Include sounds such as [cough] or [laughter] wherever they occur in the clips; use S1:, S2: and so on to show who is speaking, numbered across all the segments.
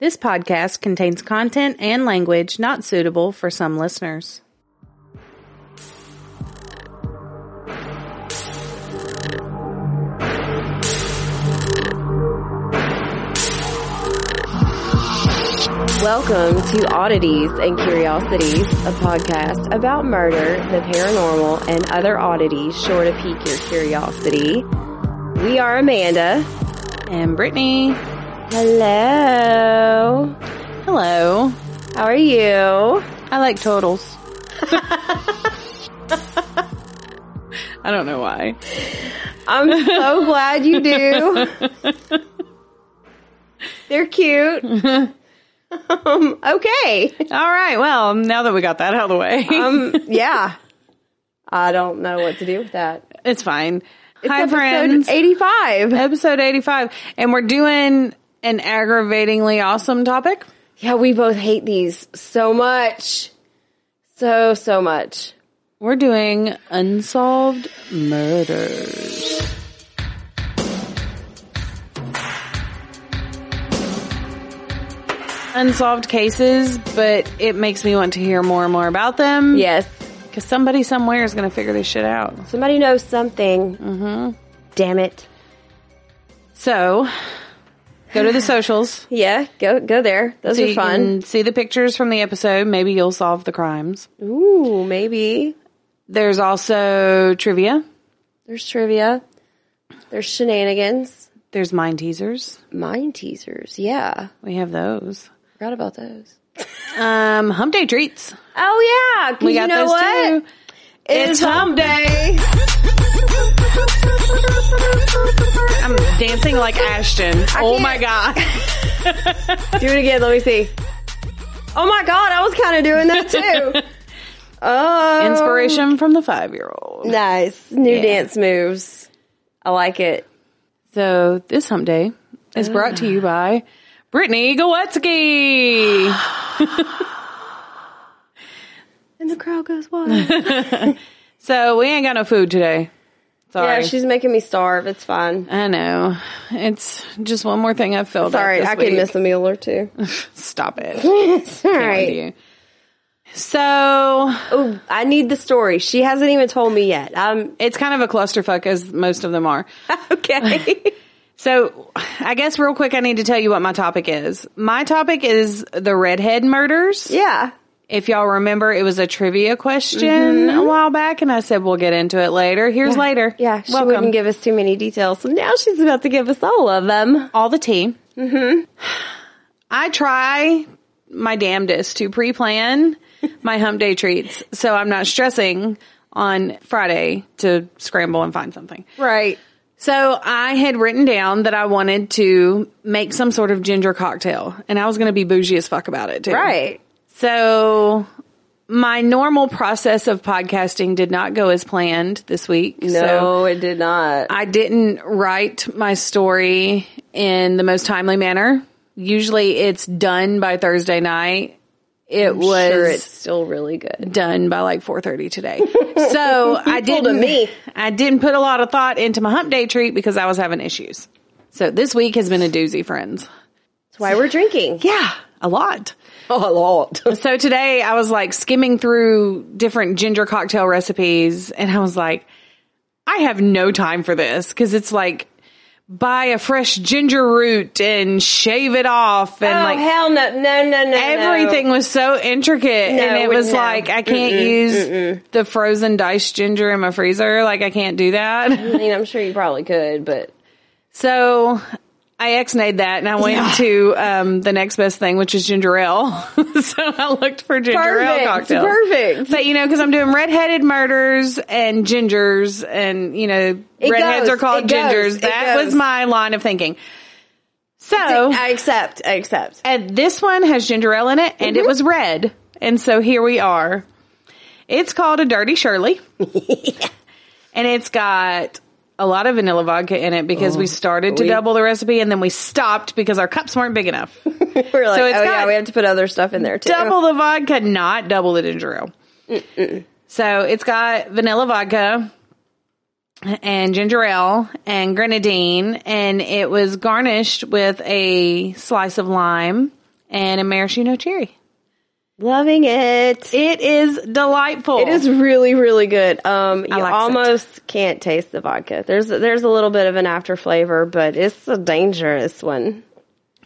S1: This podcast contains content and language not suitable for some listeners.
S2: Welcome to Oddities and Curiosities, a podcast about murder, the paranormal, and other oddities sure to pique your curiosity. We are Amanda.
S1: And Brittany,
S2: Hello.
S1: hello.
S2: How are you?
S1: I like [laughs] totals. I don't know why.
S2: I'm
S1: [laughs]
S2: so glad you do.
S1: [laughs]
S2: They're cute. um, okay.
S1: All right. Well, now that we got that out of the way,
S2: Um, yeah. I don't know what to do with that.
S1: [laughs] it's fine. Hi,
S2: Episode
S1: friends.
S2: 85.
S1: Episode 85. And we're doing an aggravatingly awesome topic.
S2: Yeah, we both hate these so much. So, so much.
S1: We're doing unsolved murders. Unsolved cases, but it makes me want to hear more and more about them.
S2: Yes.
S1: Because somebody somewhere is going to figure this shit out.
S2: Somebody knows something. Mm-hmm. Damn it.
S1: So, go
S2: [sighs]
S1: to the socials.
S2: Yeah, go go there. Those
S1: so
S2: are
S1: you
S2: fun.
S1: can see the pictures from the episode. Maybe you'll solve the crimes.
S2: Ooh, maybe.
S1: There's also trivia.
S2: There's trivia. There's shenanigans.
S1: There's mind teasers.
S2: Mind teasers. Yeah.
S1: We have those.
S2: Forgot about those.
S1: Um, hump day treats.
S2: Oh yeah. 'cause
S1: We
S2: you
S1: got
S2: know
S1: those
S2: what?
S1: too. It's
S2: [laughs]
S1: hump day. I'm dancing like Ashton. oh
S2: can't-
S1: my god.
S2: Do it again, let me see. Oh my god, I was kinda doing that [laughs] too. oh
S1: Inspiration from the five year old.
S2: Nice. New dance moves. I like it.
S1: So this hump day is brought to you
S2: Ah.
S1: by Brittany Gowetzky.
S2: And the crowd goes [laughs] wild.
S1: So we ain't got no food today.
S2: yeah,
S1: Sorry.
S2: she's making me starve. It's fine.
S1: I know. It's just one more thing I've filled out.
S2: Sorry,
S1: this
S2: I could
S1: week.
S2: miss a meal or two. [laughs]
S1: Stop it.
S2: it's all right.
S1: You. So
S2: Ooh, I need the story. She hasn't even told me yet. Um, [laughs]
S1: it's kind of a clusterfuck as most of them are.
S2: okay.
S1: So, I guess real quick, I need to tell you what my topic is. My topic is the redhead murders.
S2: [laughs] yeah.
S1: If y'all remember, it was a trivia question a while back, and I said we'll get into it later. Here's later.
S2: Mm-hmm. Yeah, she
S1: welcome.
S2: wouldn't give us too many details. So now she's about to give us all of them.
S1: all the tea. Mm-hmm. I try my damnedest to pre-plan my hump day treats, so I'm not stressing on Friday to scramble and find something.
S2: Right.
S1: So I had written down that I wanted to make some sort of ginger cocktail and I was going to be bougie as fuck about it too.
S2: Right.
S1: So my normal process of podcasting did not go as planned this week. So
S2: it did not.
S1: I didn't write my story in the most timely manner. Usually it's done by Thursday night. It was
S2: sure, it's still really good.
S1: done by like 4:30 today. So I didn't
S2: me.
S1: I didn't put a lot of thought into my hump day treat because I was having issues. So this week has been a doozy, friends.
S2: That's why we're drinking.
S1: Yeah, a lot.
S2: Oh, [laughs] a [laughs] lot.
S1: So today I was like skimming through different ginger cocktail recipes and I was like I have no time for this cuz it's like buy a fresh ginger root and shave it off and
S2: oh,
S1: like
S2: hell no, no, no, no.
S1: Everything was so intricate, and it
S2: we-
S1: was
S2: no.
S1: like I can't use the frozen diced ginger in my freezer. Like I can't do
S2: No.
S1: that. [laughs]
S2: I mean, I'm sure you probably could, but
S1: So I ex-nayed that, and I went to um, the next best thing, which is ginger ale. [laughs] so I looked for ginger ale cocktails.
S2: Perfect.
S1: But you know, because I'm doing redheaded murders and gingers, and you know, redheads
S2: goes,
S1: are called
S2: it goes,
S1: gingers.
S2: it
S1: That
S2: goes.
S1: was my line of thinking. So
S2: [laughs] I accept.
S1: [laughs]
S2: I accept.
S1: And this one has ginger ale in it, and it was red. And so here we are. It's called a Dirty Shirley. and it's got a lot of vanilla vodka in it because we started to
S2: we-
S1: double the recipe and then we stopped because our cups weren't big enough.
S2: We're like,
S1: So it's
S2: oh
S1: got
S2: yeah, we have to put other stuff in there too.
S1: double the vodka, not double the ginger ale. So it's got vanilla vodka and ginger ale and grenadine, and it was garnished with a slice of lime and a maraschino cherry.
S2: Loving it.
S1: It is delightful.
S2: It is really, really good. Um, you
S1: likes it.
S2: almost can't taste the vodka. There's there's a little bit of an after flavor, but it's a dangerous one.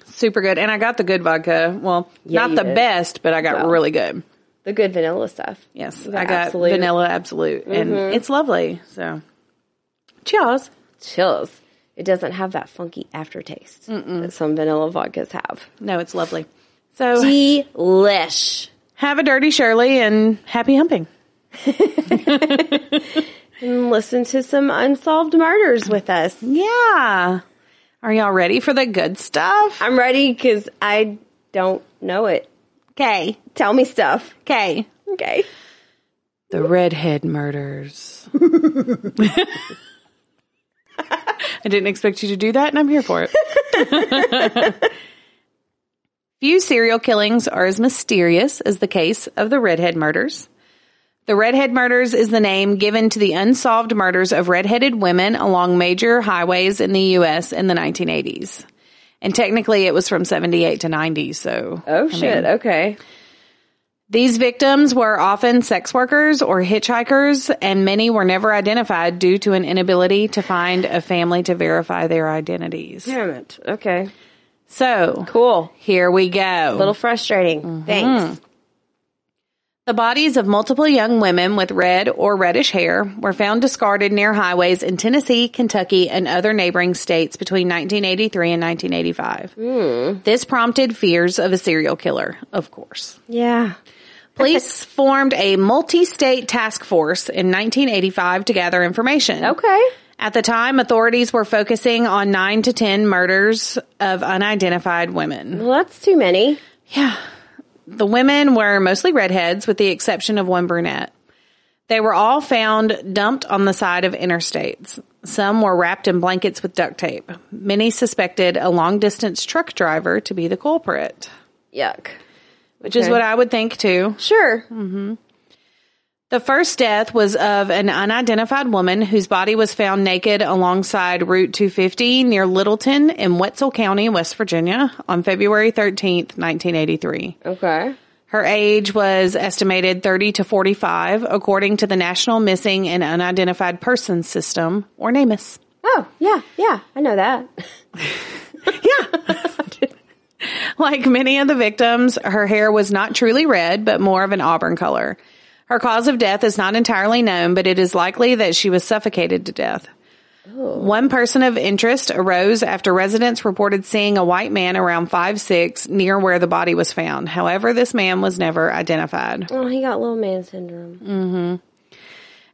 S1: super good. And I got the good vodka. Well,
S2: Yeah,
S1: not
S2: you
S1: the
S2: did.
S1: best, but I got
S2: Well.
S1: really good.
S2: The good vanilla stuff.
S1: Yes,
S2: The
S1: I got
S2: Absolute. Mm-hmm.
S1: vanilla absolute, and it's lovely. So, cheers.
S2: Chills. It doesn't have that funky aftertaste that some vanilla vodkas have.
S1: No, it's lovely. So,
S2: Delish.
S1: have a dirty Shirley and happy humping.
S2: And listen to some unsolved murders with us.
S1: Yeah. Are y'all ready for the good stuff?
S2: I'm ready because I don't know it.
S1: Okay.
S2: Tell me stuff.
S1: Okay.
S2: Okay.
S1: The redhead murders. [laughs] I didn't expect you to do that, and I'm here for it. [laughs] Few serial killings are as mysterious as the case of the redhead murders. The redhead murders is the name given to the unsolved murders of redheaded women along major highways in the U.S. in the 1980s. And technically, it was from 78 to 90, so.
S2: Oh shit. okay.
S1: These victims were often sex workers or hitchhikers, and many were never identified due to an inability to find a family to verify their identities.
S2: Damn it. Okay.
S1: So,
S2: Cool.
S1: here we go.
S2: A little frustrating. Thanks.
S1: The bodies of multiple young women with red or reddish hair were found discarded near highways in Tennessee, Kentucky, and other neighboring states between 1983 and 1985. This prompted fears of a serial killer, of course.
S2: Yeah.
S1: Police formed a multi-state task force in 1985 to gather information.
S2: Okay.
S1: At the time, authorities were focusing on 9 to 10 murders of unidentified women.
S2: Well, that's too many.
S1: Yeah. The women were mostly redheads with the exception of one brunette. They were all found dumped on the side of interstates. Some were wrapped in blankets with duct tape. Many suspected a long distance truck driver to be the culprit,
S2: Yuck. Hmm.
S1: which is
S2: Okay.
S1: what I would think too.
S2: Sure.
S1: The first death was of an unidentified woman whose body was found naked alongside Route 250 near Littleton in Wetzel County, West Virginia on February 13th, 1983.
S2: Okay.
S1: Her age was estimated 30 to 45 according to the National Missing and Unidentified Persons System or NAMIS.
S2: Oh, yeah. Yeah. I know [laughs] that.
S1: [laughs] Like many of the victims, her hair was not truly red, but more of an auburn color. Her cause of death is not entirely known, but it is likely that she was suffocated to death. One person of interest arose after residents reported seeing a white man around five six near where the body was found. However, this man was never identified.
S2: Oh, he got little man syndrome.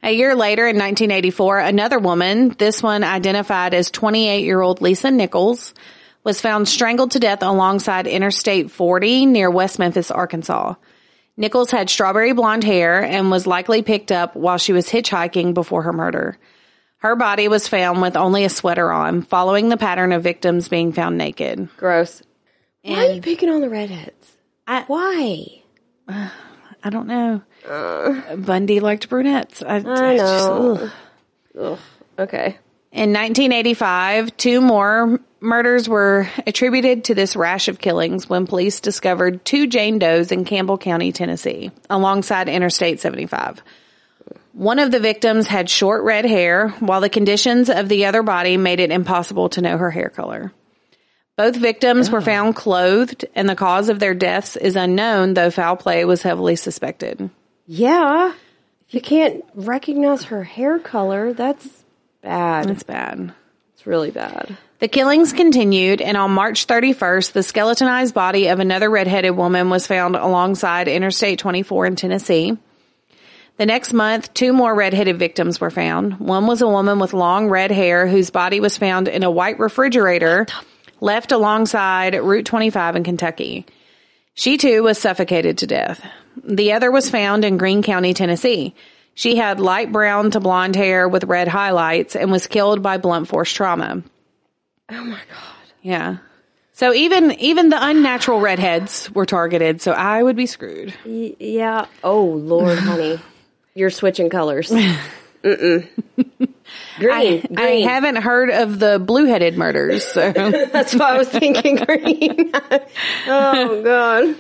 S1: A year later, in 1984, another woman, this one identified as 28 year old Lisa Nichols, was found strangled to death alongside Interstate 40 near West Memphis, Arkansas. Nichols had strawberry blonde hair and was likely picked up while she was hitchhiking before her murder. Her body was found with only a sweater on, following the pattern of victims being found naked.
S2: Gross. Why are you picking on the redheads?
S1: I-
S2: Why?
S1: I don't know. Bundy liked brunettes. I,
S2: I
S1: I just- ugh.
S2: know. Ugh. Okay.
S1: In 1985, two more murders were attributed to this rash of killings when police discovered two Jane Does in Campbell County, Tennessee, alongside Interstate 75. One of the victims had short red hair, while the conditions of the other body made it impossible to know her hair color. Both victims were found clothed, and the cause of their deaths is unknown, though foul play was heavily suspected.
S2: Yeah. If you can't recognize her hair color, that's bad.
S1: It's bad.
S2: It's really bad.
S1: The killings continued, and on March 31st, the skeletonized body of another redheaded woman was found alongside Interstate 24 in Tennessee. The next month, two more redheaded victims were found. One was a woman with long red hair whose body was found in a white refrigerator left alongside Route 25 in Kentucky. She too was suffocated to death. The other was found in Greene County, Tennessee. She had light brown to blonde hair with red highlights and was killed by blunt force trauma. Yeah. So even even the unnatural redheads were targeted, so I would be screwed.
S2: Y- [laughs] yeah. Oh, Lord, honey. You're switching colors. Green,
S1: I,
S2: green.
S1: I haven't heard of the blue headed murders. So [laughs]
S2: That's why I was thinking [laughs] green. oh god.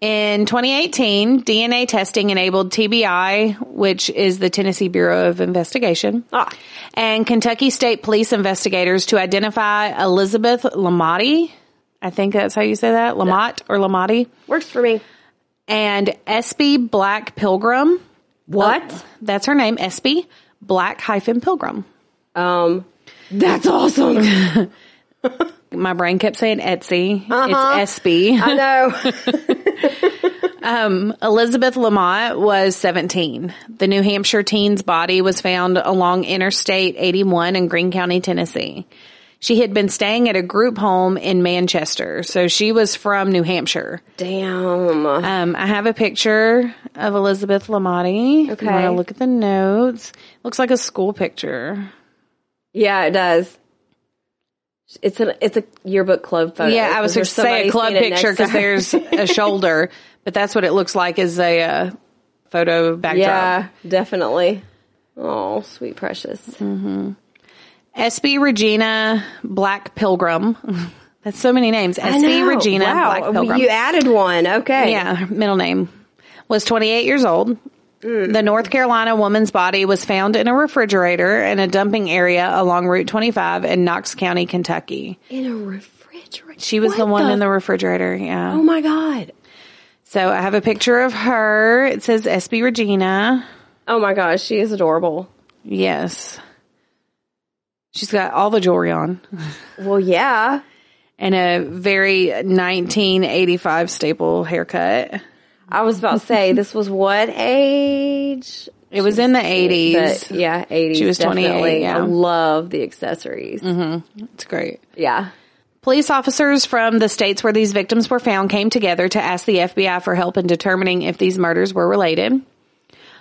S1: in 2018, DNA testing enabled TBI, which is the Tennessee Bureau of Investigation,
S2: Ah.
S1: and Kentucky State Police investigators to identify Elizabeth Lamotti. I think that's how you say that, Lamotte or Lamotti,
S2: Works for me.
S1: and SB Black Pilgrim.
S2: What?
S1: That's her name, SB Black hyphen Pilgrim.
S2: Um that's [laughs] awesome.
S1: My brain kept saying Etsy.
S2: Uh-huh.
S1: It's SB.
S2: I know.
S1: [laughs] Elizabeth Lamott was 17. The New Hampshire teen's body was found along Interstate 81 in Greene County, Tennessee. She had been staying at a group home in Manchester, so she was from New Hampshire.
S2: Damn.
S1: Um, I have a picture of Elizabeth Lamotti.
S2: Okay.
S1: I look at the notes. Looks like a school picture.
S2: yeah, it does. It's an it's a yearbook club photo.
S1: Yeah, I was going
S2: There's
S1: to say
S2: somebody
S1: a club
S2: standing next
S1: picture
S2: to
S1: because
S2: her.
S1: there's
S2: [laughs]
S1: a shoulder, but that's what it looks like is a uh, photo backdrop.
S2: Yeah, definitely. Oh, sweet precious.
S1: SB Regina Black Pilgrim. [laughs] That's so many names.
S2: I
S1: SB
S2: know.
S1: Regina
S2: Wow.
S1: Black Pilgrim.
S2: You added one. Okay.
S1: yeah, her middle name. Was 28 years old.
S2: Mm.
S1: The North Carolina woman's body was found in a refrigerator in a dumping area along Route 25 in Knox County, Kentucky.
S2: In a refrigerator.
S1: She was
S2: What
S1: the one in the refrigerator. Yeah.
S2: Oh my god.
S1: So I have a picture of her. It says SB Regina.
S2: Oh my gosh, she is adorable.
S1: Yes. She's got all the jewelry on.
S2: Well, yeah.
S1: and a very 1985 staple haircut.
S2: I was about
S1: [laughs]
S2: to say this was what age?
S1: It was in the 80s.
S2: But yeah, 80s.
S1: She was 28,
S2: definitely.
S1: yeah. Mm-hmm.
S2: I love the accessories.
S1: It's great.
S2: Yeah.
S1: Police officers from the states where these victims were found came together to ask the FBI for help in determining if these murders were related.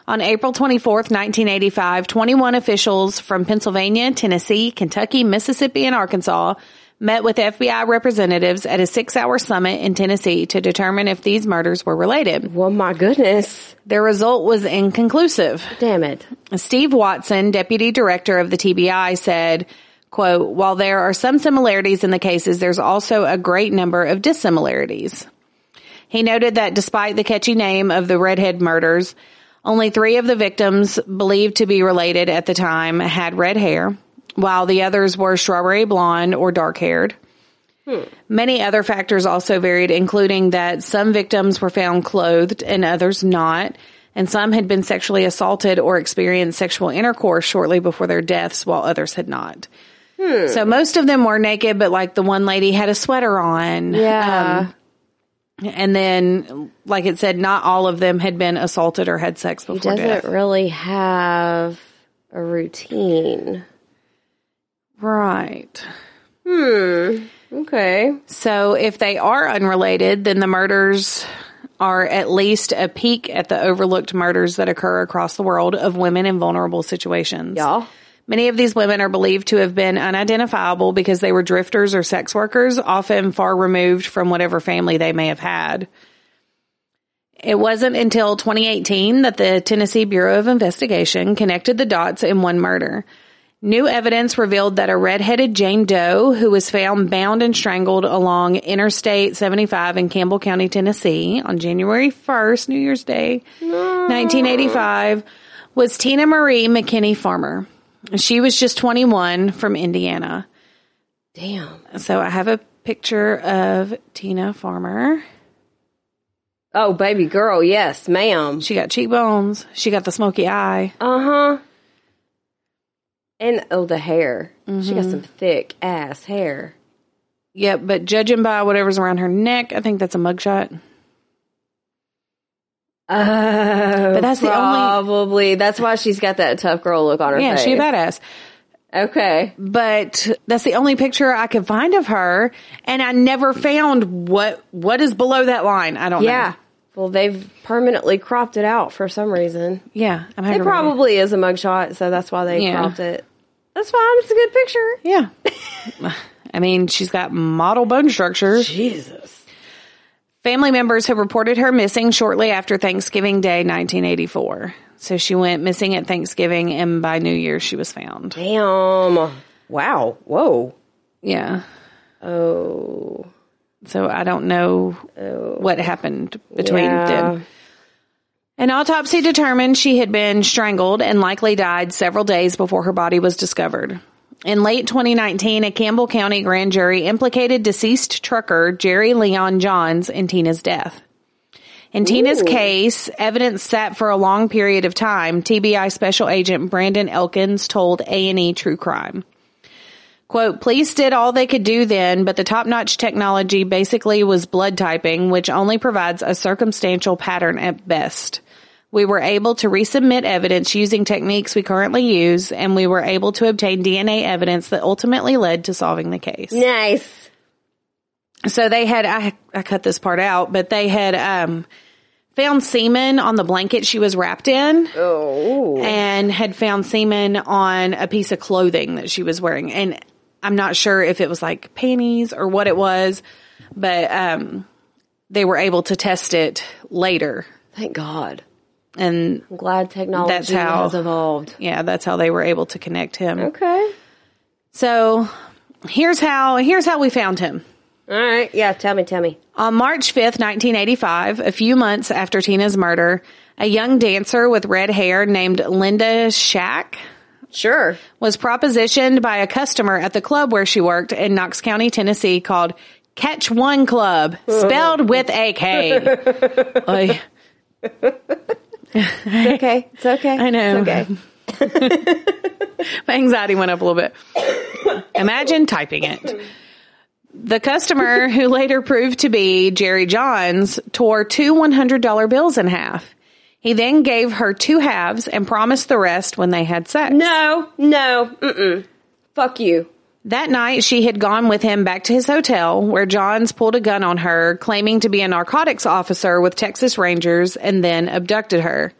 S1: On April 24th, 1985, 21 officials from Pennsylvania, Tennessee, Kentucky, Mississippi, and Arkansas met with FBI representatives at a six hour summit in Tennessee to determine if these murders were related.
S2: Well, my goodness.
S1: Their result was inconclusive.
S2: Damn it.
S1: Steve Watson, deputy director of the TBI, said, quote, while there are some similarities in the cases, there's also a great number of dissimilarities. He noted that despite the catchy name of the redhead murders, only three of the victims believed to be related at the time had red hair, while the others were strawberry blonde or dark haired. Many other factors also varied, including that some victims were found clothed and others not, and some had been sexually assaulted or experienced sexual intercourse shortly before their deaths, while others had not. So most of them were naked, but like the one lady had a sweater on. Um,
S2: Yeah.
S1: And then, like it said, not all of them had been assaulted or had sex
S2: he
S1: before
S2: doesn't
S1: death.
S2: really have a routine.
S1: Right.
S2: Okay.
S1: So if they are unrelated, then the murders are at least a peek at the overlooked murders that occur across the world of women in vulnerable situations.
S2: Y'all.
S1: Many of these women are believed to have been unidentifiable because they were drifters or sex workers, often far removed from whatever family they may have had. It wasn't until 2018 that the Tennessee Bureau of Investigation connected the dots in one murder. New evidence revealed that a redheaded Jane Doe, who was found bound and strangled along Interstate 75 in Campbell County, Tennessee on January 1st, New Year's Day, 1985, was Tina Marie McKinney Farmer. She was just 21 from Indiana.
S2: Damn.
S1: So I have a picture of Tina Farmer.
S2: Oh, baby girl. Yes, ma'am.
S1: She got cheekbones. She got the smoky eye.
S2: Uh huh. And oh, the hair. She
S1: Mm-hmm.
S2: got some thick ass hair.
S1: Yep, but judging by whatever's around her neck, I think that's a mugshot.
S2: Oh, but
S1: that's the only-
S2: probably that's why she's got that tough girl look on her
S1: Yeah,
S2: face.
S1: she a badass.
S2: Okay,
S1: But that's the only picture I could find of her, and I never found what what is below that line. I don't
S2: yeah.
S1: know.
S2: Well, they've permanently cropped it out for some reason.
S1: Yeah, I'm
S2: It probably is a mugshot, so that's why they
S1: Yeah.
S2: cropped it. That's fine. It's a good picture.
S1: Yeah, [laughs] I mean, she's got model bone structure.
S2: Jesus.
S1: Family members have reported her missing shortly after Thanksgiving Day 1984. So she went missing at Thanksgiving and by New Year's she was found.
S2: Damn. Wow. Whoa.
S1: Yeah.
S2: Oh.
S1: So I don't know what happened between
S2: Yeah.
S1: them. An autopsy determined she had been strangled and likely died several days before her body was discovered. In late 2019, a Campbell County grand jury implicated deceased trucker Jerry Leon Johns in Tina's death. In Tina's case, evidence sat for a long period of time, TBI special agent Brandon Elkins told A&E True Crime. Quote, police did all they could do then, but the top notch technology basically was blood typing, which only provides a circumstantial pattern at best. We were able to resubmit evidence using techniques we currently use, and we were able to obtain DNA evidence that ultimately led to solving the case.
S2: Nice.
S1: So they had, I, I cut this part out, but they had, um, found semen on the blanket she was wrapped in
S2: Oh.
S1: and had found semen on a piece of clothing that she was wearing. And I'm not sure if it was like panties or what it was, but um, they were able to test it later.
S2: Thank God.
S1: And
S2: I'm glad technology
S1: That's how-
S2: has evolved.
S1: yeah, that's how they were able to connect him.
S2: Okay.
S1: So here's how here's how we found him.
S2: All right. Yeah. Tell me. Tell me.
S1: On March 5th, 1985, a few months after Tina's murder, a young dancer with red hair named Linda Shack
S2: Sure.
S1: was propositioned by a customer at the club where she worked in Knox County, Tennessee called Catch One Club, spelled with a K. Oy.
S2: It's okay. It's okay.
S1: [laughs] I know.
S2: It's okay.
S1: My anxiety went up a little bit. Imagine typing it. The customer, who later proved to be Jerry Johns, tore two $100 bills in half. He then gave her two halves and promised the rest when they had sex.
S2: No. No. Mm-mm. Fuck you.
S1: That night, she had gone with him back to his hotel, where Johns pulled a gun on her, claiming to be a narcotics officer with Texas Rangers, and then abducted her.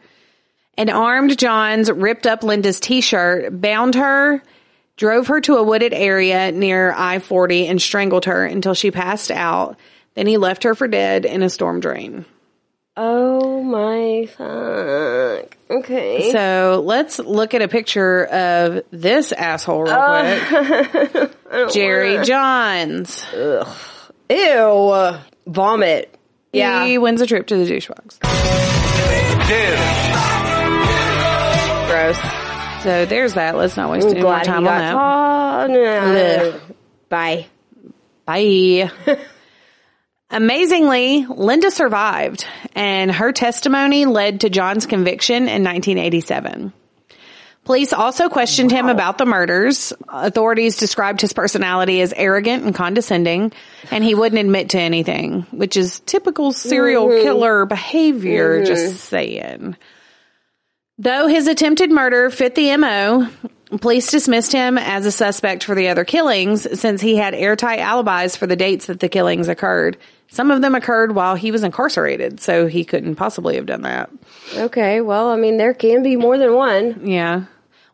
S1: An armed Johns ripped up Linda's t shirt, bound her, drove her to a wooded area near I 40, and strangled her until she passed out. Then he left her for dead in a storm drain.
S2: Oh my fuck. Okay.
S1: So let's look at a picture of this asshole real quick Jerry Johns.
S2: Ew. Vomit. Yeah.
S1: He wins a trip to the douche box.
S2: Gross.
S1: So there's that. Let's not waste
S2: I'm
S1: any more
S2: glad he
S1: time on that.
S2: got Oh, no. Bye.
S1: Bye. Amazingly, Linda survived, and her testimony led to John's conviction in 1987. Police also questioned him about the murders. Authorities described his personality as arrogant and condescending, and he wouldn't admit to anything, which is typical serial killer behavior, just saying. Though his attempted murder fit the MO, police dismissed him as a suspect for the other killings since he had airtight alibis for the dates that the killings occurred. Some of them occurred while he was incarcerated, so he couldn't possibly have done that.
S2: Okay. Well, I mean, there can be more
S1: [laughs]
S2: than one.
S1: Yeah.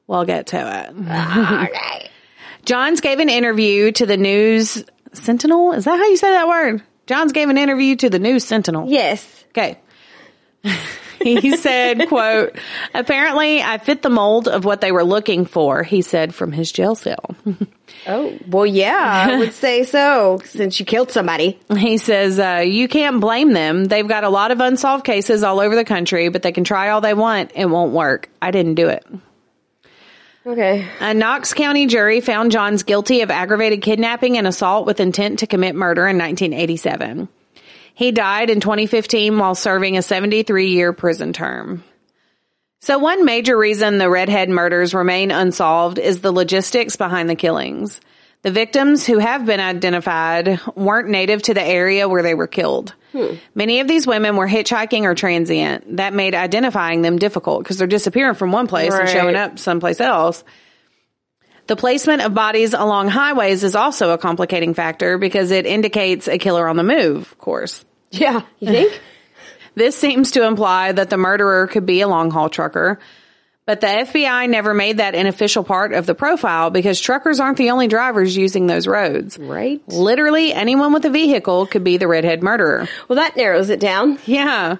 S1: We'll get to it.
S2: okay.
S1: Johns gave an interview to the News Sentinel. Is that how you say that word? Johns gave an interview to the News Sentinel.
S2: Yes.
S1: Okay. [laughs] he said, quote, apparently I fit the mold of what they were looking for, he said from his jail cell.
S2: Oh, well, yeah, I
S1: [laughs]
S2: would say so since you killed somebody.
S1: He says, uh, you can't blame them. They've got a lot of unsolved cases all over the country, but they can try all they want. It won't work. I didn't do it.
S2: Okay.
S1: A Knox County jury found Johns guilty of aggravated kidnapping and assault with intent to commit murder in 1987. He died in 2015 while serving a 73 year prison term. So, one major reason the Redhead murders remain unsolved is the logistics behind the killings. The victims who have been identified weren't native to the area where they were killed. Many of these women were hitchhiking or transient. That made identifying them difficult because they're disappearing from one place and
S2: Right.
S1: showing up someplace else. The placement of bodies along highways is also a complicating factor because it indicates a killer on the move, of course.
S2: Yeah.
S1: [laughs]
S2: You think?
S1: This seems to imply that the murderer could be a long haul trucker, But the FBI never made that an official part of the profile because truckers aren't the only drivers using those roads.
S2: Right.
S1: Literally anyone with a vehicle could be the redhead murderer.
S2: Well, that narrows it down.
S1: Yeah.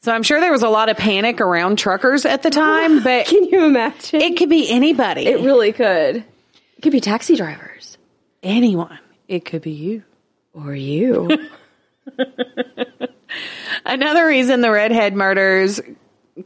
S1: So I'm sure there was a lot of panic around truckers at the time, but
S2: [laughs] Can you imagine?
S1: it could be anybody.
S2: It really could. It could be taxi drivers
S1: anyone. It could be you.
S2: or you.
S1: Another reason the redhead murders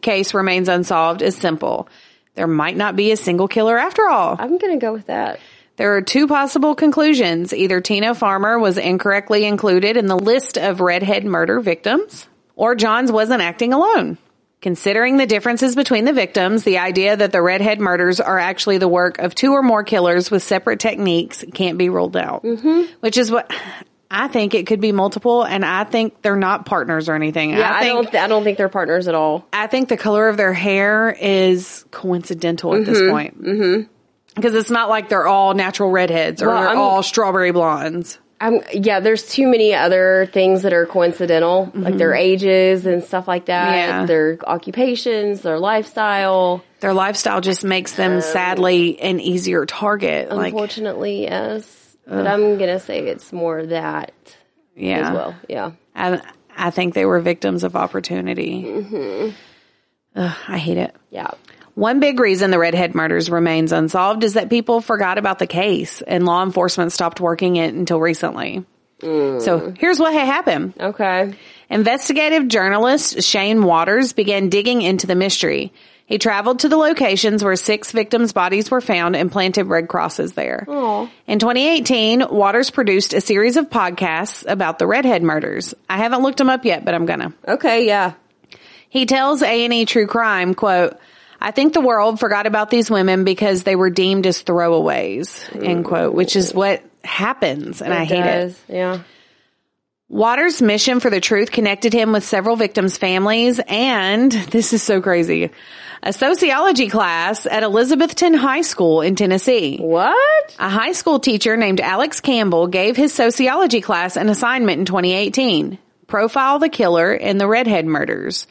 S1: case remains unsolved is simple. There might not be a single killer after all.
S2: [laughs] I'm going to go with that.
S1: There are two possible conclusions. Either Tina Farmer was incorrectly included in the list of redhead murder victims, or Johns wasn't acting alone. Considering the differences between the victims, the idea that the redhead murders are actually the work of two or more killers with separate techniques can't be ruled out. Mm-hmm. Which is what I think it could be multiple, and I think they're not partners or anything.
S2: Yeah, I,
S1: I think
S2: don't. I don't think they're partners at all.
S1: I think the color of their hair is coincidental at this point. Mm-hmm. Because it's not like they're all natural redheads or
S2: Well,
S1: they're
S2: I'm-
S1: all strawberry blondes.
S2: I'm, yeah, there's too many other things that are coincidental, like their ages and stuff like that.
S1: Mm-hmm. Yeah.
S2: Their occupations, their lifestyle.
S1: Their lifestyle just makes them sadly an easier target. Like,
S2: Oh. Unfortunately, yes. But I'm gonna say it's more that
S1: yeah,
S2: as well. Yeah.
S1: I, I think they were victims of opportunity. Mm-hmm. Ugh, I hate it.
S2: Yeah.
S1: One big reason the redhead murders remains unsolved is that people forgot about the case and law enforcement stopped working it until recently.
S2: Mm.
S1: So here's what had happened.
S2: Okay.
S1: Investigative journalist Shane Waters began digging into the mystery. He traveled to the locations where six victims' bodies were found and planted red crosses there. In 2018, Waters produced a series of podcasts about the redhead murders. I haven't looked them up yet, but I'm gonna.
S2: Okay. Yeah.
S1: He tells A&E True Crime, quote, I think the world forgot about these women because they were deemed as throwaways, end quote, which is what happens and I hate it.
S2: does. Yeah.
S1: Waters' mission for the truth connected him with several victims' families and, this is so crazy, a sociology class at Elizabethton High School in Tennessee.
S2: What?
S1: A high school teacher named Alex Campbell gave his sociology class an assignment in 2018. Profile the killer in the Redhead murders,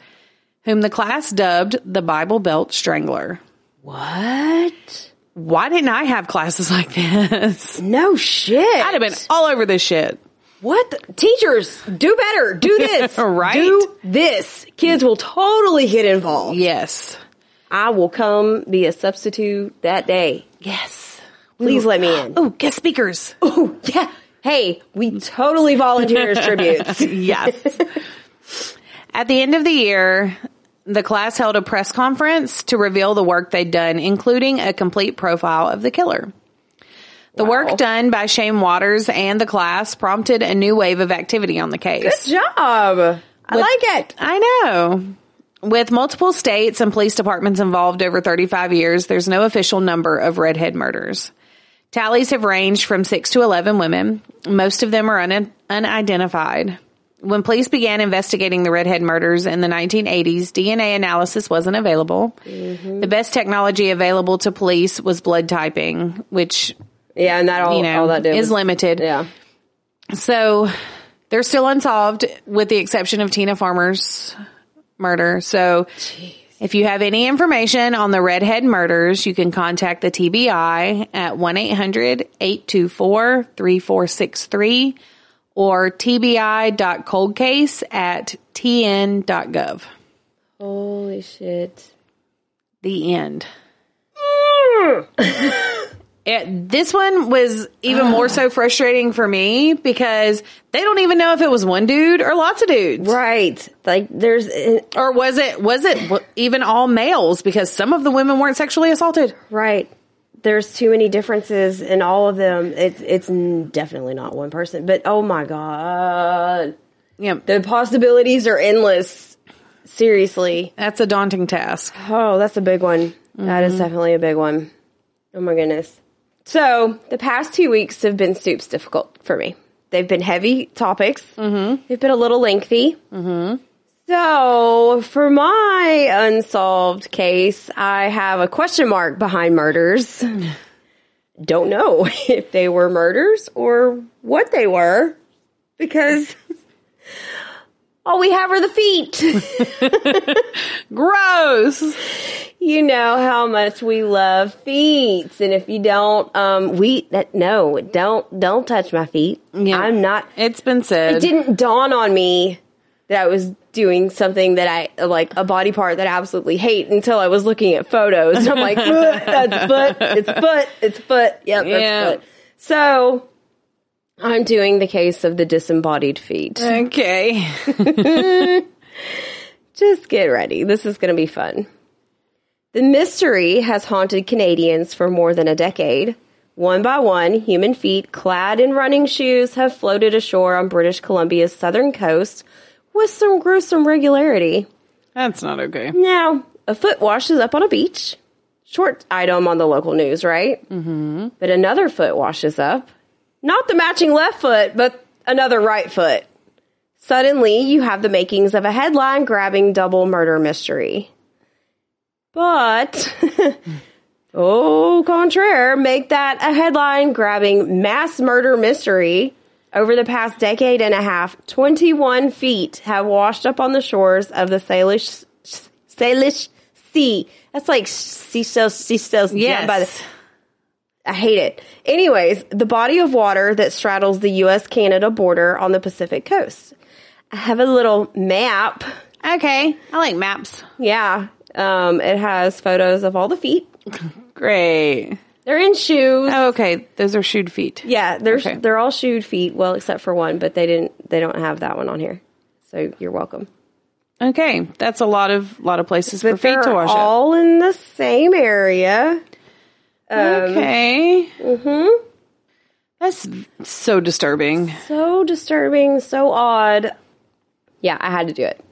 S1: whom the class dubbed the Bible Belt Strangler.
S2: What?
S1: Why didn't I have classes [laughs] like this?
S2: No shit.
S1: I'd have been all over this shit.
S2: What? the- Teachers, do better.
S1: [laughs]
S2: Do this.
S1: Right?
S2: Do this. Kids will totally get involved.
S1: Yes.
S2: I will come be a substitute that day.
S1: Yes.
S2: Please let me
S1: [gasps]
S2: in.
S1: Oh, guest speakers.
S2: Oh, yeah. Hey, we totally volunteer
S1: [laughs]
S2: as tributes.
S1: yes. At the end of the year, the class held a press conference to reveal the work they'd done, including a complete profile of the killer. The
S2: Wow.
S1: work done by Shane Waters and the class prompted a new wave of activity on the case.
S2: Good job. I like it.
S1: I know. With multiple states and police departments involved over 35 years, there's no official number of redhead murders. Tallies have ranged from 6 to 11 women. Most of them are un- unidentified. When police began investigating the redhead murders in the 1980s, DNA analysis wasn't available.
S2: Mm-hmm.
S1: The best technology available to police was blood typing, which,
S2: Yeah, and that all,
S1: you know,
S2: all that did
S1: is
S2: was-
S1: limited.
S2: Yeah.
S1: So they're still unsolved with the exception of Tina Farmer's murder. So if you have any information on the redhead murders, you can contact the TBI at 1-800-824-3463 or tbi.coldcase at tn.gov.
S2: Holy shit.
S1: The end. [laughs] It, this one was even more so frustrating for me because they don't even know if it was one dude or lots of dudes.
S2: Right. Like, there's.
S1: Or was it was it w- even all males because some of the women weren't sexually assaulted?
S2: Right. There's too many differences in all of them. It's it's n- definitely not one person, but oh my god,
S1: Yeah.
S2: the possibilities are endless. Seriously.
S1: That's a daunting task.
S2: Oh, that's a big one. That is definitely a big one. Oh my goodness. So the past two weeks have been Stoops difficult for me. They've been heavy topics. Mm-hmm. They've been a little lengthy. Mm-hmm. So for my unsolved case, I have a question mark behind [sighs] murders. Don't know [laughs] if they were murders or what they were [laughs] because [laughs] all we have are the feet.
S1: Gross.
S2: you know how much we love feet, and if you don't, um, we that no, don't don't touch my feet.
S1: Yeah.
S2: I'm not.
S1: It's been said.
S2: It didn't dawn on me that I was doing something that I like a body part that I absolutely hate until I was looking at photos. And I'm like, "Ugh,
S1: [laughs]
S2: that's foot, it's foot, it's foot. Yep, that's
S1: Yeah.
S2: foot. So I'm doing the case of the disembodied feet.
S1: Okay.
S2: Just get ready. This is going to be fun. The mystery has haunted Canadians for more than a decade. One by one, human feet clad in running shoes have floated ashore on British Columbia's southern coast with some gruesome regularity.
S1: That's not okay.
S2: Now, a foot washes up on a beach. Short item on the local news, right? Mm-hmm. But another foot washes up. Not the matching left foot, but another right foot. Suddenly, you have the makings of a headline grabbing double murder mystery. But, [laughs] oh, contraire, make that a headline grabbing mass murder mystery. Over the past decade and a half, 21 feet have washed up on the shores of the Salish, Salish Sea. That's like seashells, seashells down
S1: Yes.
S2: by the, I hate it. Anyways, the body of water that straddles the US Canada border on the Pacific coast. I have a little map.
S1: Okay. I like maps.
S2: Yeah. Um, it has photos of all the feet.
S1: Great. Oh,
S2: They're in shoes.
S1: Okay. Those are shoed feet.
S2: Yeah, they're
S1: Okay.
S2: they're all shoed feet, well except for one, but they didn't they don't have that one on here. So you're welcome.
S1: Okay. That's a lot of lot of places for feet
S2: they're
S1: to wash up.
S2: all in the same area.
S1: Okay. Um, Mm-hmm. That's so disturbing.
S2: so disturbing, so odd. Yeah, I had to do it.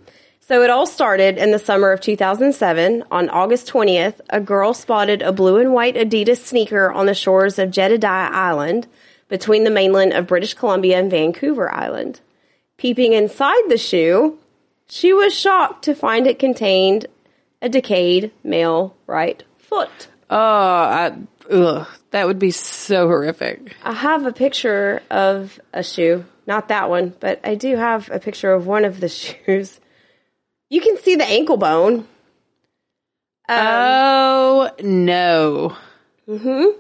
S2: So it all started in the summer of 2007. On August 20th, a girl spotted a blue and white Adidas sneaker on the shores of Jedediah Island between the mainland of British Columbia and Vancouver Island. Peeping inside the shoe, she was shocked to find it contained a decayed male right foot.
S1: Oh, I, ugh, that would be so horrific.
S2: I have a picture of a shoe, not that one, but I do have a picture of one of the [laughs] shoes. You can see the ankle bone.
S1: Um, oh no. Mm-hmm.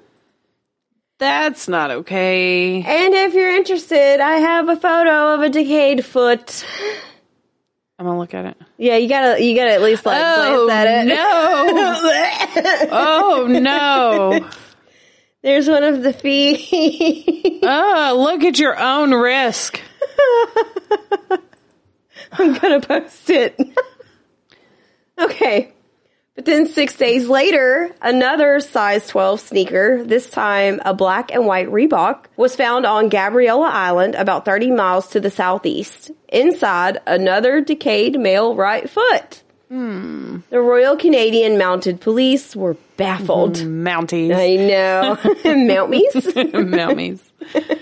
S1: That's not okay.
S2: And if you're interested, I have a photo of a decayed foot.
S1: I'm gonna look at it.
S2: Yeah, you gotta, you gotta at least like
S1: Oh,
S2: glance at it.
S1: no! oh [laughs] no!
S2: There's one of the feet. [laughs]
S1: Oh, look at your own risk.
S2: I'm gonna post it. [laughs] okay. But then six days later, another size 12 sneaker, this time a black and white Reebok, was found on Gabriella Island about 30 miles to the southeast. Inside, another decayed male right foot. The Royal Canadian Mounted Police were baffled.
S1: Mounties,
S2: I know. [laughs] Mount Meese?
S1: [laughs] mounties.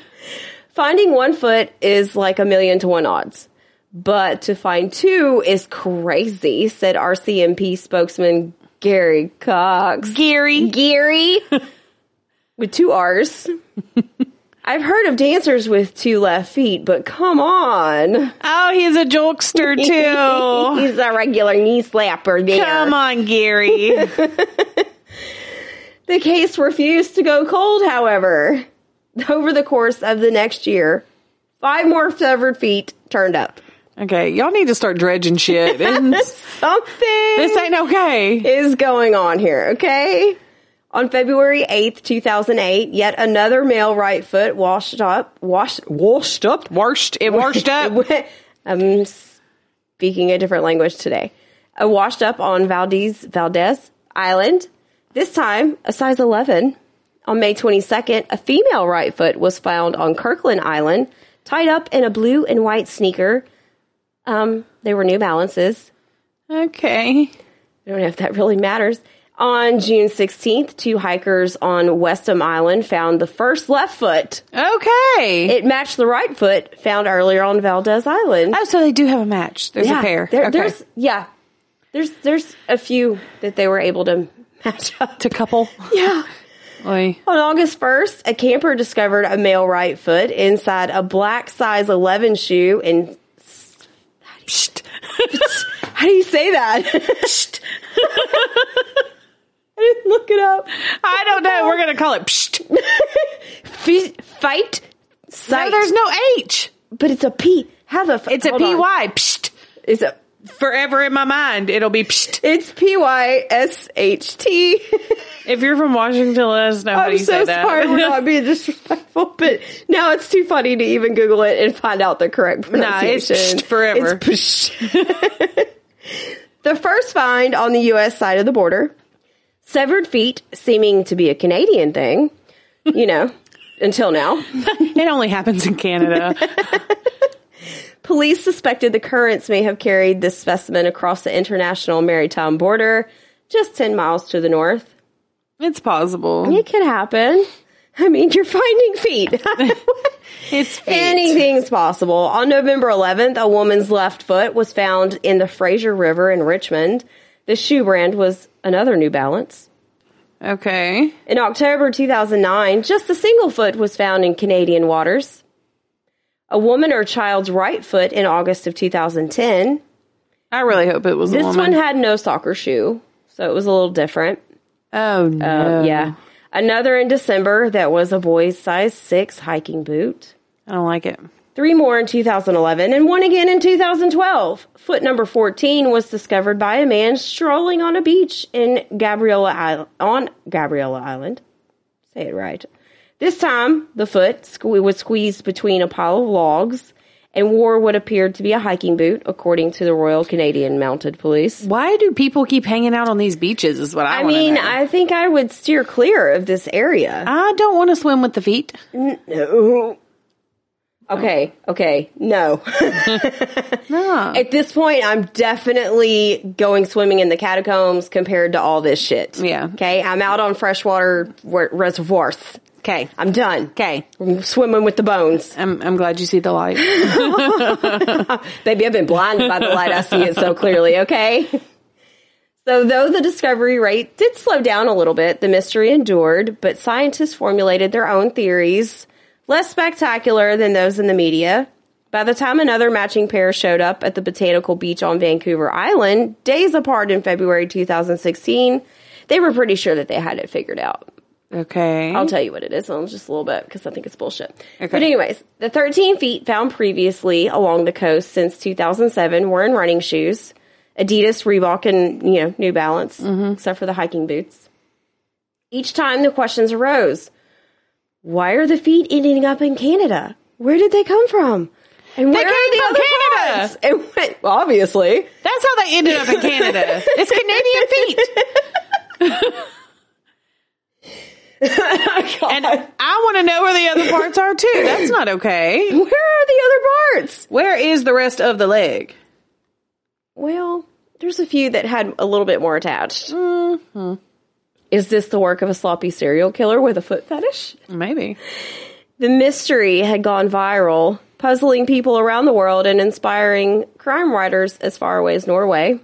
S2: Finding one foot is like a million to one odds, but to find two is crazy, said RCMP spokesman Gary Cox.
S1: Gary, [laughs]
S2: Gary? with two R's. I've heard of dancers with two left feet, but come on.
S1: oh, he's a jokester [laughs] too.
S2: He's a regular knee slapper there.
S1: Come on, Gary.
S2: The case refused to go cold, however. [laughs] Over the course of the next year, five more severed feet turned up.
S1: Okay, y'all need to start dredging shit. And [laughs]
S2: Something.
S1: this ain't okay.
S2: is going on here, okay? On February 8th, 2008, yet another male right foot washed up, washed, washed up?
S1: Washed, it washed
S2: [laughs]
S1: up.
S2: I'm speaking a different language today. A washed up on Valdez, Valdez Island. This time, a size 11. On May 22nd, a female right foot was found on Kirkland Island, tied up in a blue and white sneaker. Um, they were New Balances.
S1: Okay.
S2: I don't know if that really matters. On June 16th, two hikers on Westham Island found the first left foot.
S1: Okay.
S2: It matched the right foot found earlier on Valdez Island.
S1: oh, so they do have a match. There's
S2: yeah,
S1: a pair.
S2: there-
S1: okay.
S2: There's yeah, there's there's a few that they were able to match up.
S1: to couple.
S2: Yeah.
S1: Oy.
S2: On August 1st, a camper discovered a male right foot inside a black size 11 shoe in
S1: [laughs]
S2: [laughs] How do you say that? didn't look it up.
S1: I don't know. We're gonna call it. Psht.
S2: Fe- fight
S1: No,
S2: sight,
S1: there's no H.
S2: but it's a P. How the f-
S1: It's a
S2: hold on.
S1: PY. Psht.
S2: It's a
S1: Forever in my mind, it'll be psht.
S2: it's P Y S H T.
S1: If you're from Washington, let us know [laughs] how
S2: I'm
S1: you
S2: so
S1: say that. [laughs]
S2: sorry we're not being disrespectful, but now it's too funny to even Google it and find out the correct
S1: Nah, it's
S2: pronunciation.
S1: psht forever.
S2: It's psht. the first find on the U.S. side of the border, severed feet seeming to be a
S1: [laughs]
S2: Canadian thing, you know, until now.
S1: it only happens in Canada.
S2: Police suspected the currents may have carried this specimen across the international maritime border just 10 miles to the north.
S1: it's possible. [laughs]
S2: It can happen. I mean, you're finding feet. [laughs]
S1: It's feet.
S2: Anything's possible. On November 11th, a woman's left foot was found in the Fraser River in Richmond. The shoe brand was another New Balance.
S1: Okay.
S2: In October 2009, just a single foot was found in Canadian waters. A woman or child's right foot in August of 2010.
S1: I really hope it was
S2: This
S1: a woman.
S2: one had no soccer shoe, so it was a little different.
S1: oh no.
S2: Uh, Yeah. Another in December that was a boy's size 6 hiking boot.
S1: I don't like it.
S2: three more in 2011, and one again in 2012. Foot number 14 was discovered by a man strolling on a beach in Gabriella Island, on Gabriella Island. Say it right. This time, the foot sque- was squeezed between a pile of logs and wore what appeared to be a hiking boot, according to the Royal Canadian Mounted Police.
S1: Why do people keep hanging out on these beaches? Is what I,
S2: I
S1: wanna
S2: mean,
S1: know.
S2: I think I would steer clear of this area.
S1: I don't want to swim with the feet.
S2: No. Okay, okay, no.
S1: No.
S2: At this point, I'm definitely going swimming in the catacombs compared to all this shit.
S1: Yeah.
S2: Okay. I'm out on freshwater w- reservoirs.
S1: Okay.
S2: I'm done.
S1: Okay.
S2: I'm swimming with the bones.
S1: I'm I'm glad you see the [laughs] light.
S2: Baby, I've been blinded by the light. I see it so clearly. Okay. So, though the discovery rate did slow down a little bit, the mystery endured, but scientists formulated their own theories, less spectacular than those in the media. By the time another matching pair showed up at the botanical beach on Vancouver Island, days apart in February 2016, they were pretty sure that they had it figured out.
S1: Okay.
S2: I'll tell you what it is in just a little bit because I think it's bullshit.
S1: Mm-hmm. Okay.
S2: But anyways, the 13 feet found previously along the coast since 2007 were in running shoes, Adidas, Reebok, and you know New Balance,
S1: Mm-hmm.
S2: except for the hiking boots. Each time the questions arose: Why are the feet ending up in Canada? Where did they come from? And where
S1: came
S2: are
S1: from
S2: the
S1: Canada!
S2: other parts? [laughs] It went well, obviously. [laughs]
S1: That's how they ended up in Canada. It's Canadian feet. [laughs] And I want to know where the other parts are too. That's not okay.
S2: where are the other parts?
S1: Where is the rest of the leg?
S2: Well, there's a few that had a little bit more attached. Mm-hmm. Is this the work of a sloppy serial killer with a foot fetish?
S1: Maybe.
S2: The mystery had gone viral, puzzling people around the world and inspiring crime writers as far away as Norway.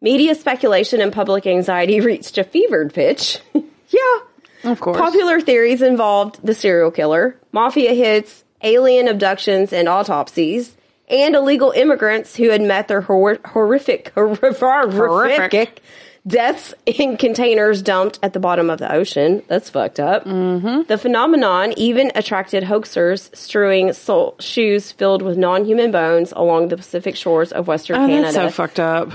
S2: Media speculation and public anxiety [laughs] reached a fevered pitch. [laughs] yeah.
S1: Of course.
S2: Popular theories involved the serial killer, mafia hits, alien abductions and autopsies, and illegal immigrants who had met their hor- horrific, [laughs] horrific, horrific deaths in containers dumped at the bottom of the ocean. That's fucked up. Mm-hmm. The phenomenon even attracted hoaxers strewing sol- shoes filled with non-human bones along the Pacific shores of Western
S1: oh,
S2: Canada.
S1: that's so fucked up.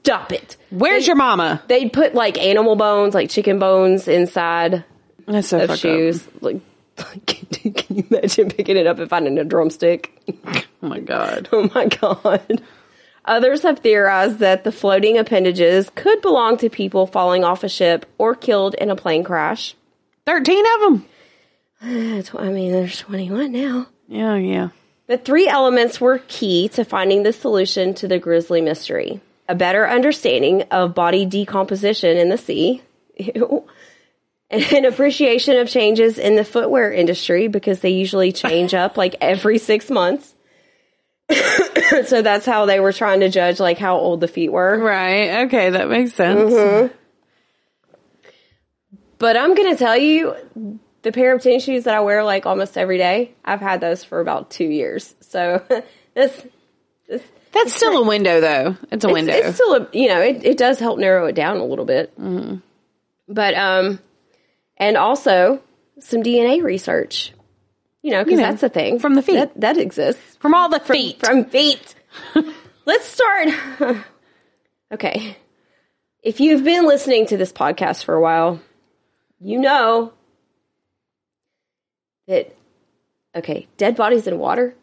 S2: Stop it.
S1: Where's your mama?
S2: They'd put like animal bones, like chicken bones inside
S1: That's so
S2: of
S1: fucked
S2: shoes. Like, [laughs] can, can you imagine picking it up and finding a drumstick? [laughs]
S1: up. Oh my god.
S2: Oh my god. Others have theorized that the floating appendages could belong to people falling off a ship or killed in a plane crash.
S1: Thirteen of them.
S2: That's what- I mean, there's 21 now.
S1: Yeah, yeah.
S2: The three elements were key to finding the solution to the grisly mystery a better understanding of body decomposition in the sea, ew, and an appreciation of changes in the footwear industry because they usually change up like every six months. [coughs] so that's how they were trying to judge like how old the feet were.
S1: Right. Okay, that makes sense.
S2: Mm-hmm. But I'm gonna tell you, the pair of tennis shoes that I wear like almost every day, I've had those for about two years. So [laughs] this
S1: That's still a window though. It's a window. Mm-hmm.
S2: It's, it's still a, you know, it, it does help narrow it down a little bit. But um, and also some DNA research. You know, because
S1: know,
S2: that's a thing
S1: from the feet.
S2: that, that exists
S1: From all the feet. [laughs]
S2: from feet. Let's start. [laughs] okay, if you've been listening to this podcast for a while, you know that. Okay, dead bodies in water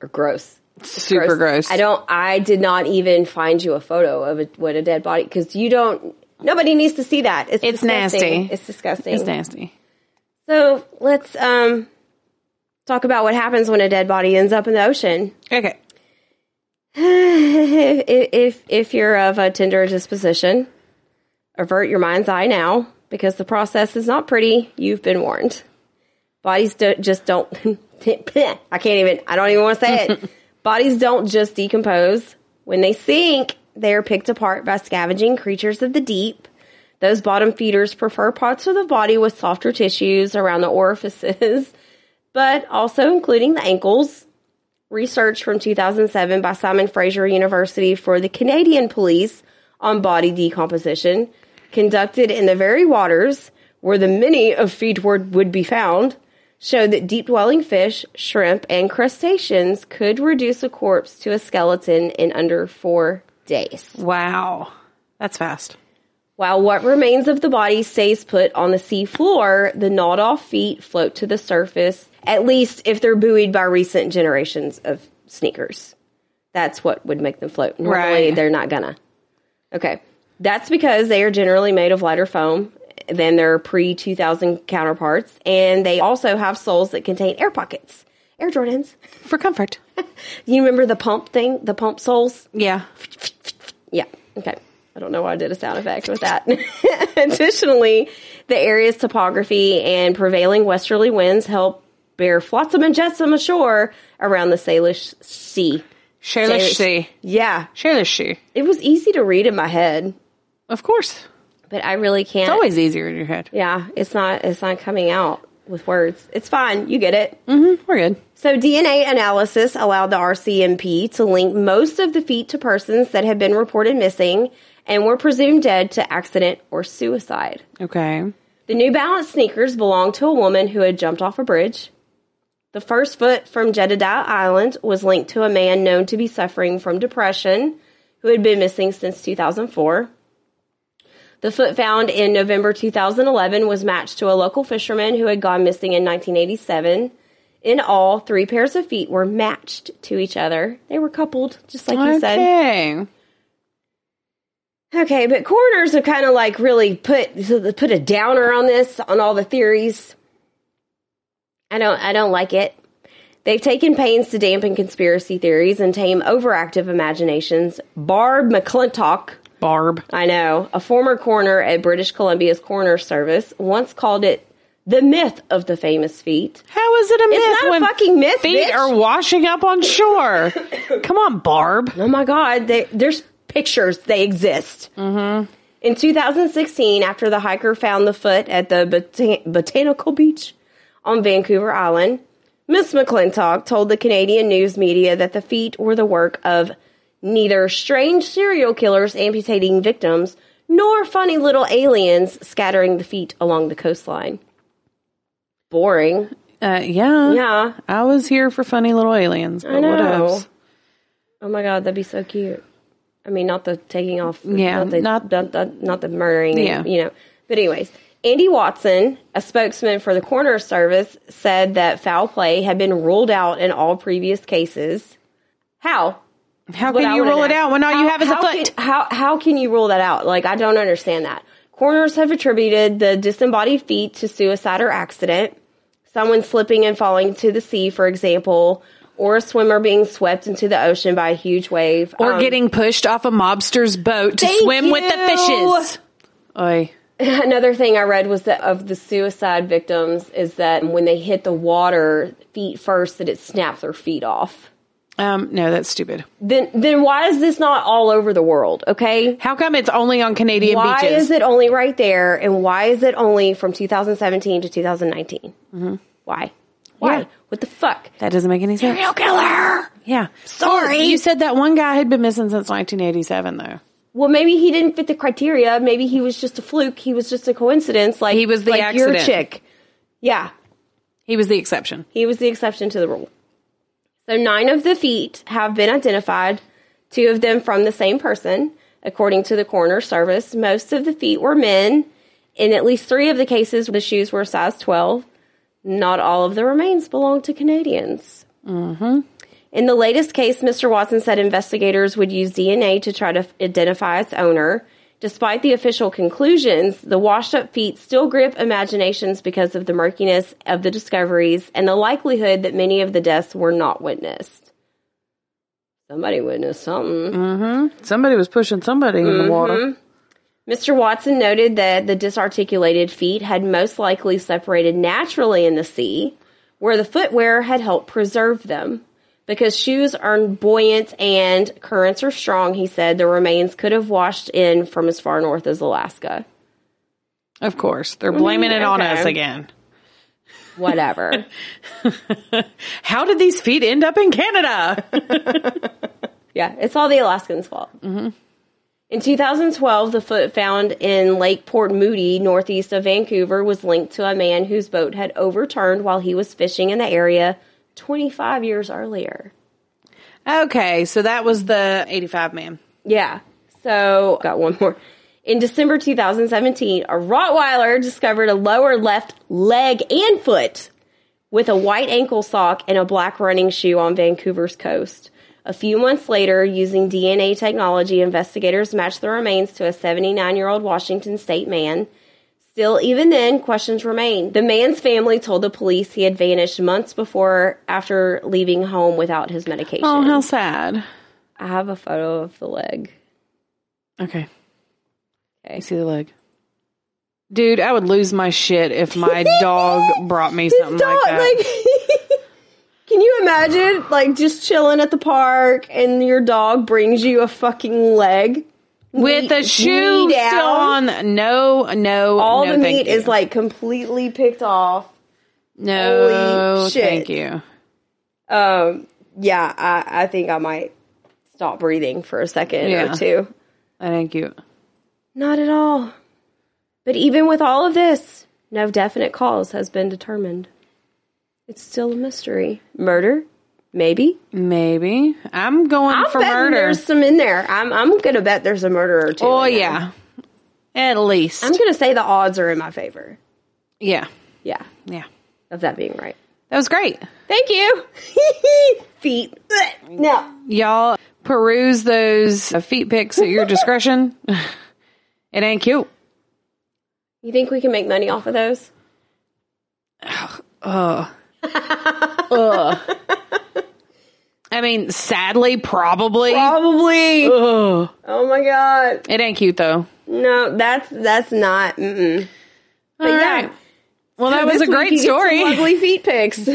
S2: are gross
S1: Super gross.
S2: I don't. I did not even find you a photo of a, what a dead body because you don't. Nobody needs to see that. It's,
S1: It's
S2: disgusting.
S1: nasty.
S2: It's disgusting.
S1: It's nasty.
S2: So let's um, talk about what happens when a dead body ends up in the ocean.
S1: Okay.
S2: [laughs] if, if if you're of a tender disposition, avert your mind's eye now because the process is not pretty. You've been warned. Bodies do, just don't. [laughs] I can't even. I don't even want to say it. Bodies don't just decompose. When they sink, they are picked apart by scavenging creatures of the deep. Those bottom feeders prefer parts of the body with softer tissues around the orifices, [laughs] but also including the ankles, research from 2007 by Simon Fraser University for the Canadian Police on body decomposition, conducted in the very waters where the many of feet would, would be found, showed that deep dwelling fish, shrimp, and crustaceans could reduce a corpse to a skeleton in under four days
S1: Wow. That's fast.
S2: while what remains of the body stays put on the sea floor, the gnawed off feet float to the surface, at least if they're buoyed by recent generations of sneakers. That's what would make them float. Normally,
S1: Right.
S2: they're not gonna. Okay. That's because they are generally made of lighter foam than their pre 2000 counterparts, and they also have soles that contain air pockets, air Jordans.
S1: For comfort.
S2: You remember the pump thing, the pump soles?
S1: [laughs] Yeah.
S2: Yeah. Okay. I don't know why I did a sound effect with that. [laughs] Additionally, the area's topography and prevailing westerly winds help bear flotsam and jetsam ashore around the Salish Sea.
S1: Shailish sea.
S2: Yeah.
S1: Shailish sea.
S2: It was easy to read in my head,
S1: Of course.
S2: but I really can't.
S1: It's always easier in your head.
S2: yeah, it's not it's not coming out with words. It's fine. You get it.
S1: Mm, We're good.
S2: So DNA analysis allowed the RCMP to link most of the feet to persons that had been reported missing and were presumed dead to accident or suicide.
S1: Okay.
S2: The New Balance sneakers belonged to a woman who had jumped off a bridge. The first foot from Jedediah Island was linked to a man known to be suffering from depression who had been missing since 2004. The foot found in November 2011 was matched to a local fisherman who had gone missing in 1987. In all, three pairs of feet were matched to each other. They were coupled, just like you said.
S1: Okay.
S2: Okay, but coroners have kind of like really put put a downer on this on all the theories. I don't I don't like it. They've taken pains to dampen conspiracy theories and tame overactive imaginations. Barb McClintock,
S1: Barb.
S2: I know, a former coroner at British Columbia's coroner service, once called it the myth of the famous feet.
S1: How is it a myth
S2: It's not
S1: when
S2: a fucking myth,
S1: feet
S2: bitch.
S1: are washing up on shore? Come on, Barb.
S2: Oh my God, they, there's pictures. They exist. Mm-hmm. In 2016, after the hiker found the foot at the botan- Botanical Beach on Vancouver Island, Miss McClintock told the Canadian news media that the feet were the work of neither strange serial killers amputating victims nor funny little aliens scattering the feet along the coastline. Boring.
S1: Uh, yeah.
S2: Yeah,
S1: I was here for funny little aliens, but
S2: I
S1: what
S2: know.
S1: else?
S2: Oh my god, that'd be so cute. I mean, not the taking off.
S1: Yeah,
S2: not the,
S1: not-
S2: not, not, not the murdering.
S1: Yeah.
S2: you know. But anyways, Andy Watson, a spokesman for the coroner's service, said that foul play had been ruled out in all previous cases. How?
S1: How
S2: What
S1: can
S2: I
S1: you
S2: wanna
S1: roll it
S2: know.
S1: out when all you
S2: How-
S1: have is a
S2: how
S1: foot?
S2: can- how how can you rule that out? Like I don't understand that. Coroners have attributed the disembodied feet to suicide or accident, someone slipping and falling to the sea, for example, or a swimmer being swept into the ocean by a huge wave,
S1: or
S2: Um,
S1: getting pushed off a mobster's boat to
S2: Thank
S1: swim with the
S2: you.
S1: fishes. Oi.
S2: [laughs] Another thing I read was that of the suicide victims is that when they hit the water feet first, that it snaps their feet off.
S1: Um, no, that's stupid.
S2: Then, then why is this not all over the world? Okay,
S1: How come it's only on Canadian
S2: why
S1: beaches?
S2: is it only right there and why is it only from 2017 to 2019
S1: Mm-hmm.
S2: why why
S1: Yeah.
S2: what the fuck
S1: That doesn't make any sense.
S2: killer
S1: Yeah. Sorry. You said that one guy had been missing since 1987, though.
S2: well, maybe he didn't fit the criteria. Maybe he was just a fluke. He was just a coincidence. Like
S1: He was the
S2: like your
S1: accident.
S2: chick. Yeah,
S1: He was the exception.
S2: he was the exception to the rule. So nine of the feet have been identified, two of them from the same person, according to the coroner's service. Most of the feet were men. In at least three of the cases, the shoes were size 12. Not all of the remains belong to Canadians. In the latest case, Mr. Watson said investigators would use DNA to try to identify its owner. Despite the official conclusions, the washed up feet still grip imaginations because of the murkiness of the discoveries and the likelihood that many of the deaths were not witnessed. Somebody witnessed something.
S1: Somebody was pushing somebody
S2: Mm-hmm.
S1: in the water.
S2: Mr. Watson noted that the disarticulated feet had most likely separated naturally in the sea, where the footwear had helped preserve them. Because shoes are buoyant and currents are strong, he said the remains could have washed in from as far north as Alaska.
S1: Of course, they're blaming it on
S2: Mm-hmm. okay.
S1: us again.
S2: Whatever.
S1: How did these feet end up in
S2: [laughs]
S1: Canada?
S2: yeah, it's all the Alaskans' fault. Mm-hmm. In 2012, the foot found in Lake Port Moody, northeast of Vancouver, was linked to a man whose boat had overturned while he was fishing in the area 25 years earlier.
S1: okay, so that was the 85 man.
S2: Yeah. So, got one more. In December 2017, a Rottweiler discovered a lower left leg and foot with a white ankle sock and a black running shoe on Vancouver's coast. A few months later, using DNA technology, investigators matched the remains to a 79 year old Washington state man. Still, even then, questions remain. The man's family told the police he had vanished months before after leaving home without his medication.
S1: Oh, how sad.
S2: I have a photo of the leg.
S1: Okay. I see the leg. Dude, I would lose my shit if
S2: [laughs]
S1: my dog brought me something
S2: dog,
S1: like that.
S2: like, [laughs] can you imagine, like, just chilling at the park and your dog brings you a fucking leg?
S1: With the
S2: knee
S1: shoe
S2: down.
S1: still on. No, no.
S2: All
S1: no,
S2: the
S1: thank
S2: meat
S1: you.
S2: is like completely picked off.
S1: No,
S2: holy shit.
S1: thank you.
S2: Um, yeah, I, I think I might stop breathing for a second
S1: Yeah.
S2: or two.
S1: I thank you.
S2: Not at all. But even with all of this, no definite cause has been determined. It's still a mystery. Murder? Maybe.
S1: Maybe I'm going
S2: I'm
S1: for
S2: betting
S1: murder.
S2: there's some in there. I'm I'm gonna bet there's a murder or two.
S1: Oh
S2: in there.
S1: yeah, at least
S2: I'm gonna say the odds are in my favor.
S1: yeah,
S2: Yeah,
S1: yeah.
S2: of that being right.
S1: That was great,
S2: Thank you. [laughs] Feet. No.
S1: y'all. Peruse those uh, feet pics at your discretion. [laughs] it ain't cute.
S2: You think we can make money off of those?
S1: I mean, sadly, probably.
S2: Probably.
S1: Ugh.
S2: Oh my god.
S1: It ain't cute though.
S2: No, that's that's not. Mm-mm.
S1: All right.
S2: yeah.
S1: Well,
S2: [laughs]
S1: that was
S2: This
S1: a
S2: week
S1: great
S2: you get some
S1: story.
S2: Lovely feet pics.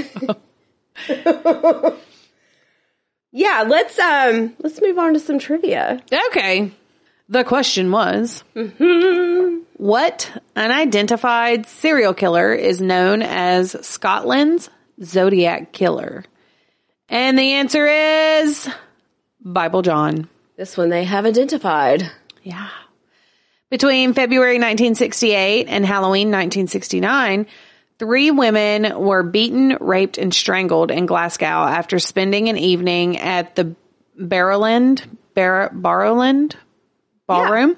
S1: [laughs]
S2: yeah, let's um let's move on to some trivia.
S1: [laughs] Okay. The question was
S2: Mm-hmm.
S1: What unidentified serial killer is known as Scotland's Zodiac Killer? And the answer is Bible John.
S2: This one they have identified.
S1: Yeah. Between February 1968 and Halloween 1969, three women were beaten, raped, and strangled in Glasgow after spending an evening at the Barrowland, Bar- Barrowland Ballroom.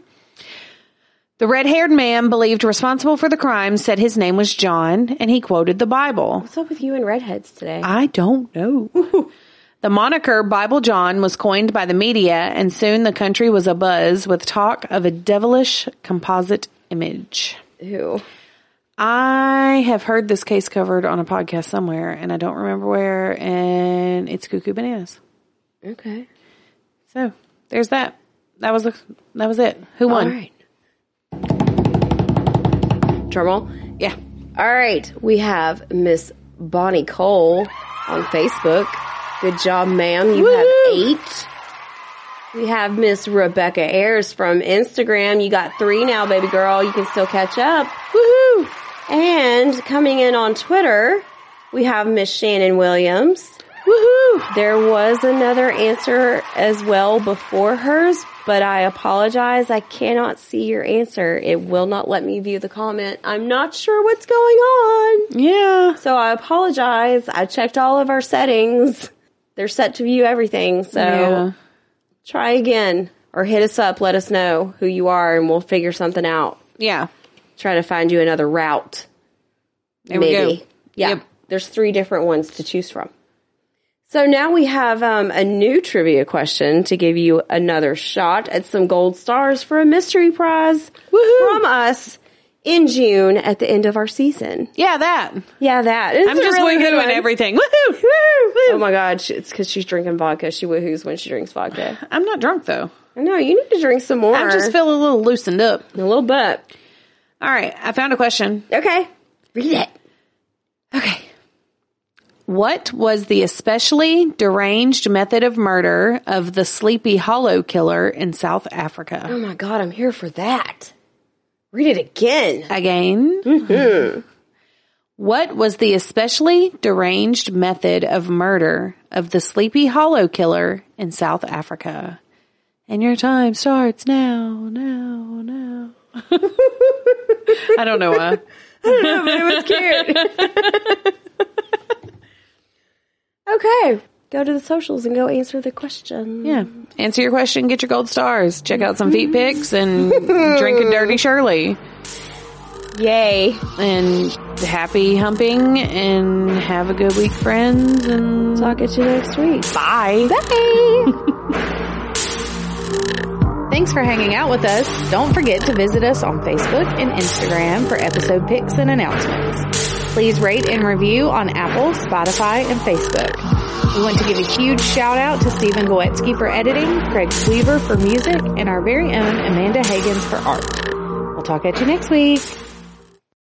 S1: The red haired man believed responsible for the crime said his name was John and he quoted the Bible.
S2: What's up with you and redheads today?
S1: I don't know. [laughs] the moniker Bible John was coined by the media, and soon the country was abuzz with talk of a devilish composite image.
S2: Ew.
S1: I have heard this case covered on a podcast somewhere, and I don't remember where, and it's cuckoo bananas.
S2: Okay.
S1: So there's that. That was the, that was it. Who won?
S2: All right. Drumroll.
S1: Yeah.
S2: All right, we have Miss Bonnie Cole on Facebook. Good job, ma'am. You have eight. We have Miss Rebecca Ayers from Instagram. You got three now, baby girl. You can still catch up. Woohoo! And coming in on Twitter, we have Miss Shannon Williams.
S1: Woohoo!
S2: There was another answer as well before hers, but I apologize. I cannot see your answer. It will not let me view the comment. I'm not sure what's going on.
S1: Yeah.
S2: So I apologize. I checked all of our settings. They're set to view everything. So
S1: Yeah.
S2: try again or hit us up. Let us know who you are and we'll figure something out.
S1: Yeah.
S2: Try to find you another route.
S1: There
S2: maybe.
S1: we go.
S2: Yeah.
S1: Yep.
S2: There's three different ones to choose from. So now we have um, a new trivia question to give you another shot at some gold stars for a mystery prize from us in June at the end of our season.
S1: Yeah, that.
S2: Yeah, that. It's
S1: I'm
S2: a
S1: just
S2: really
S1: woohooing
S2: good one.
S1: everything. Woohoo! Woo!
S2: Oh my God, she, it's because she's drinking vodka. She woohoo's when she drinks vodka.
S1: I'm not drunk though.
S2: I know, you need to drink some more.
S1: I just feel a little loosened up.
S2: a little bit.
S1: All right, I found a question.
S2: Okay. Read it.
S1: Okay. What was the especially deranged method of murder of the Sleepy Hollow killer in South Africa?
S2: Oh my God, I'm here for that. Read it again. [laughs]
S1: Again. What was the especially deranged method of murder of the Sleepy Hollow killer in South Africa? And your time starts now, now, now. [laughs] I don't know uh, why.
S2: it was cute. [laughs] okay. Go to the socials and go answer the question.
S1: Yeah. Answer your question, get your gold stars, check out some feet pics, [laughs] and drink a dirty Shirley.
S2: Yay.
S1: And happy humping, and have a good week, friends, and
S2: Talk at you next week.
S1: bye.
S2: Bye.
S1: Thanks for hanging out with us. Don't forget to visit us on Facebook and Instagram for episode picks and announcements. Please rate and review on Apple, Spotify, and Facebook. We want to give a huge shout out to Stephen Gowetsky for editing, Craig Weaver for music, and our very own Amanda Higgins for art. We'll talk at you next week.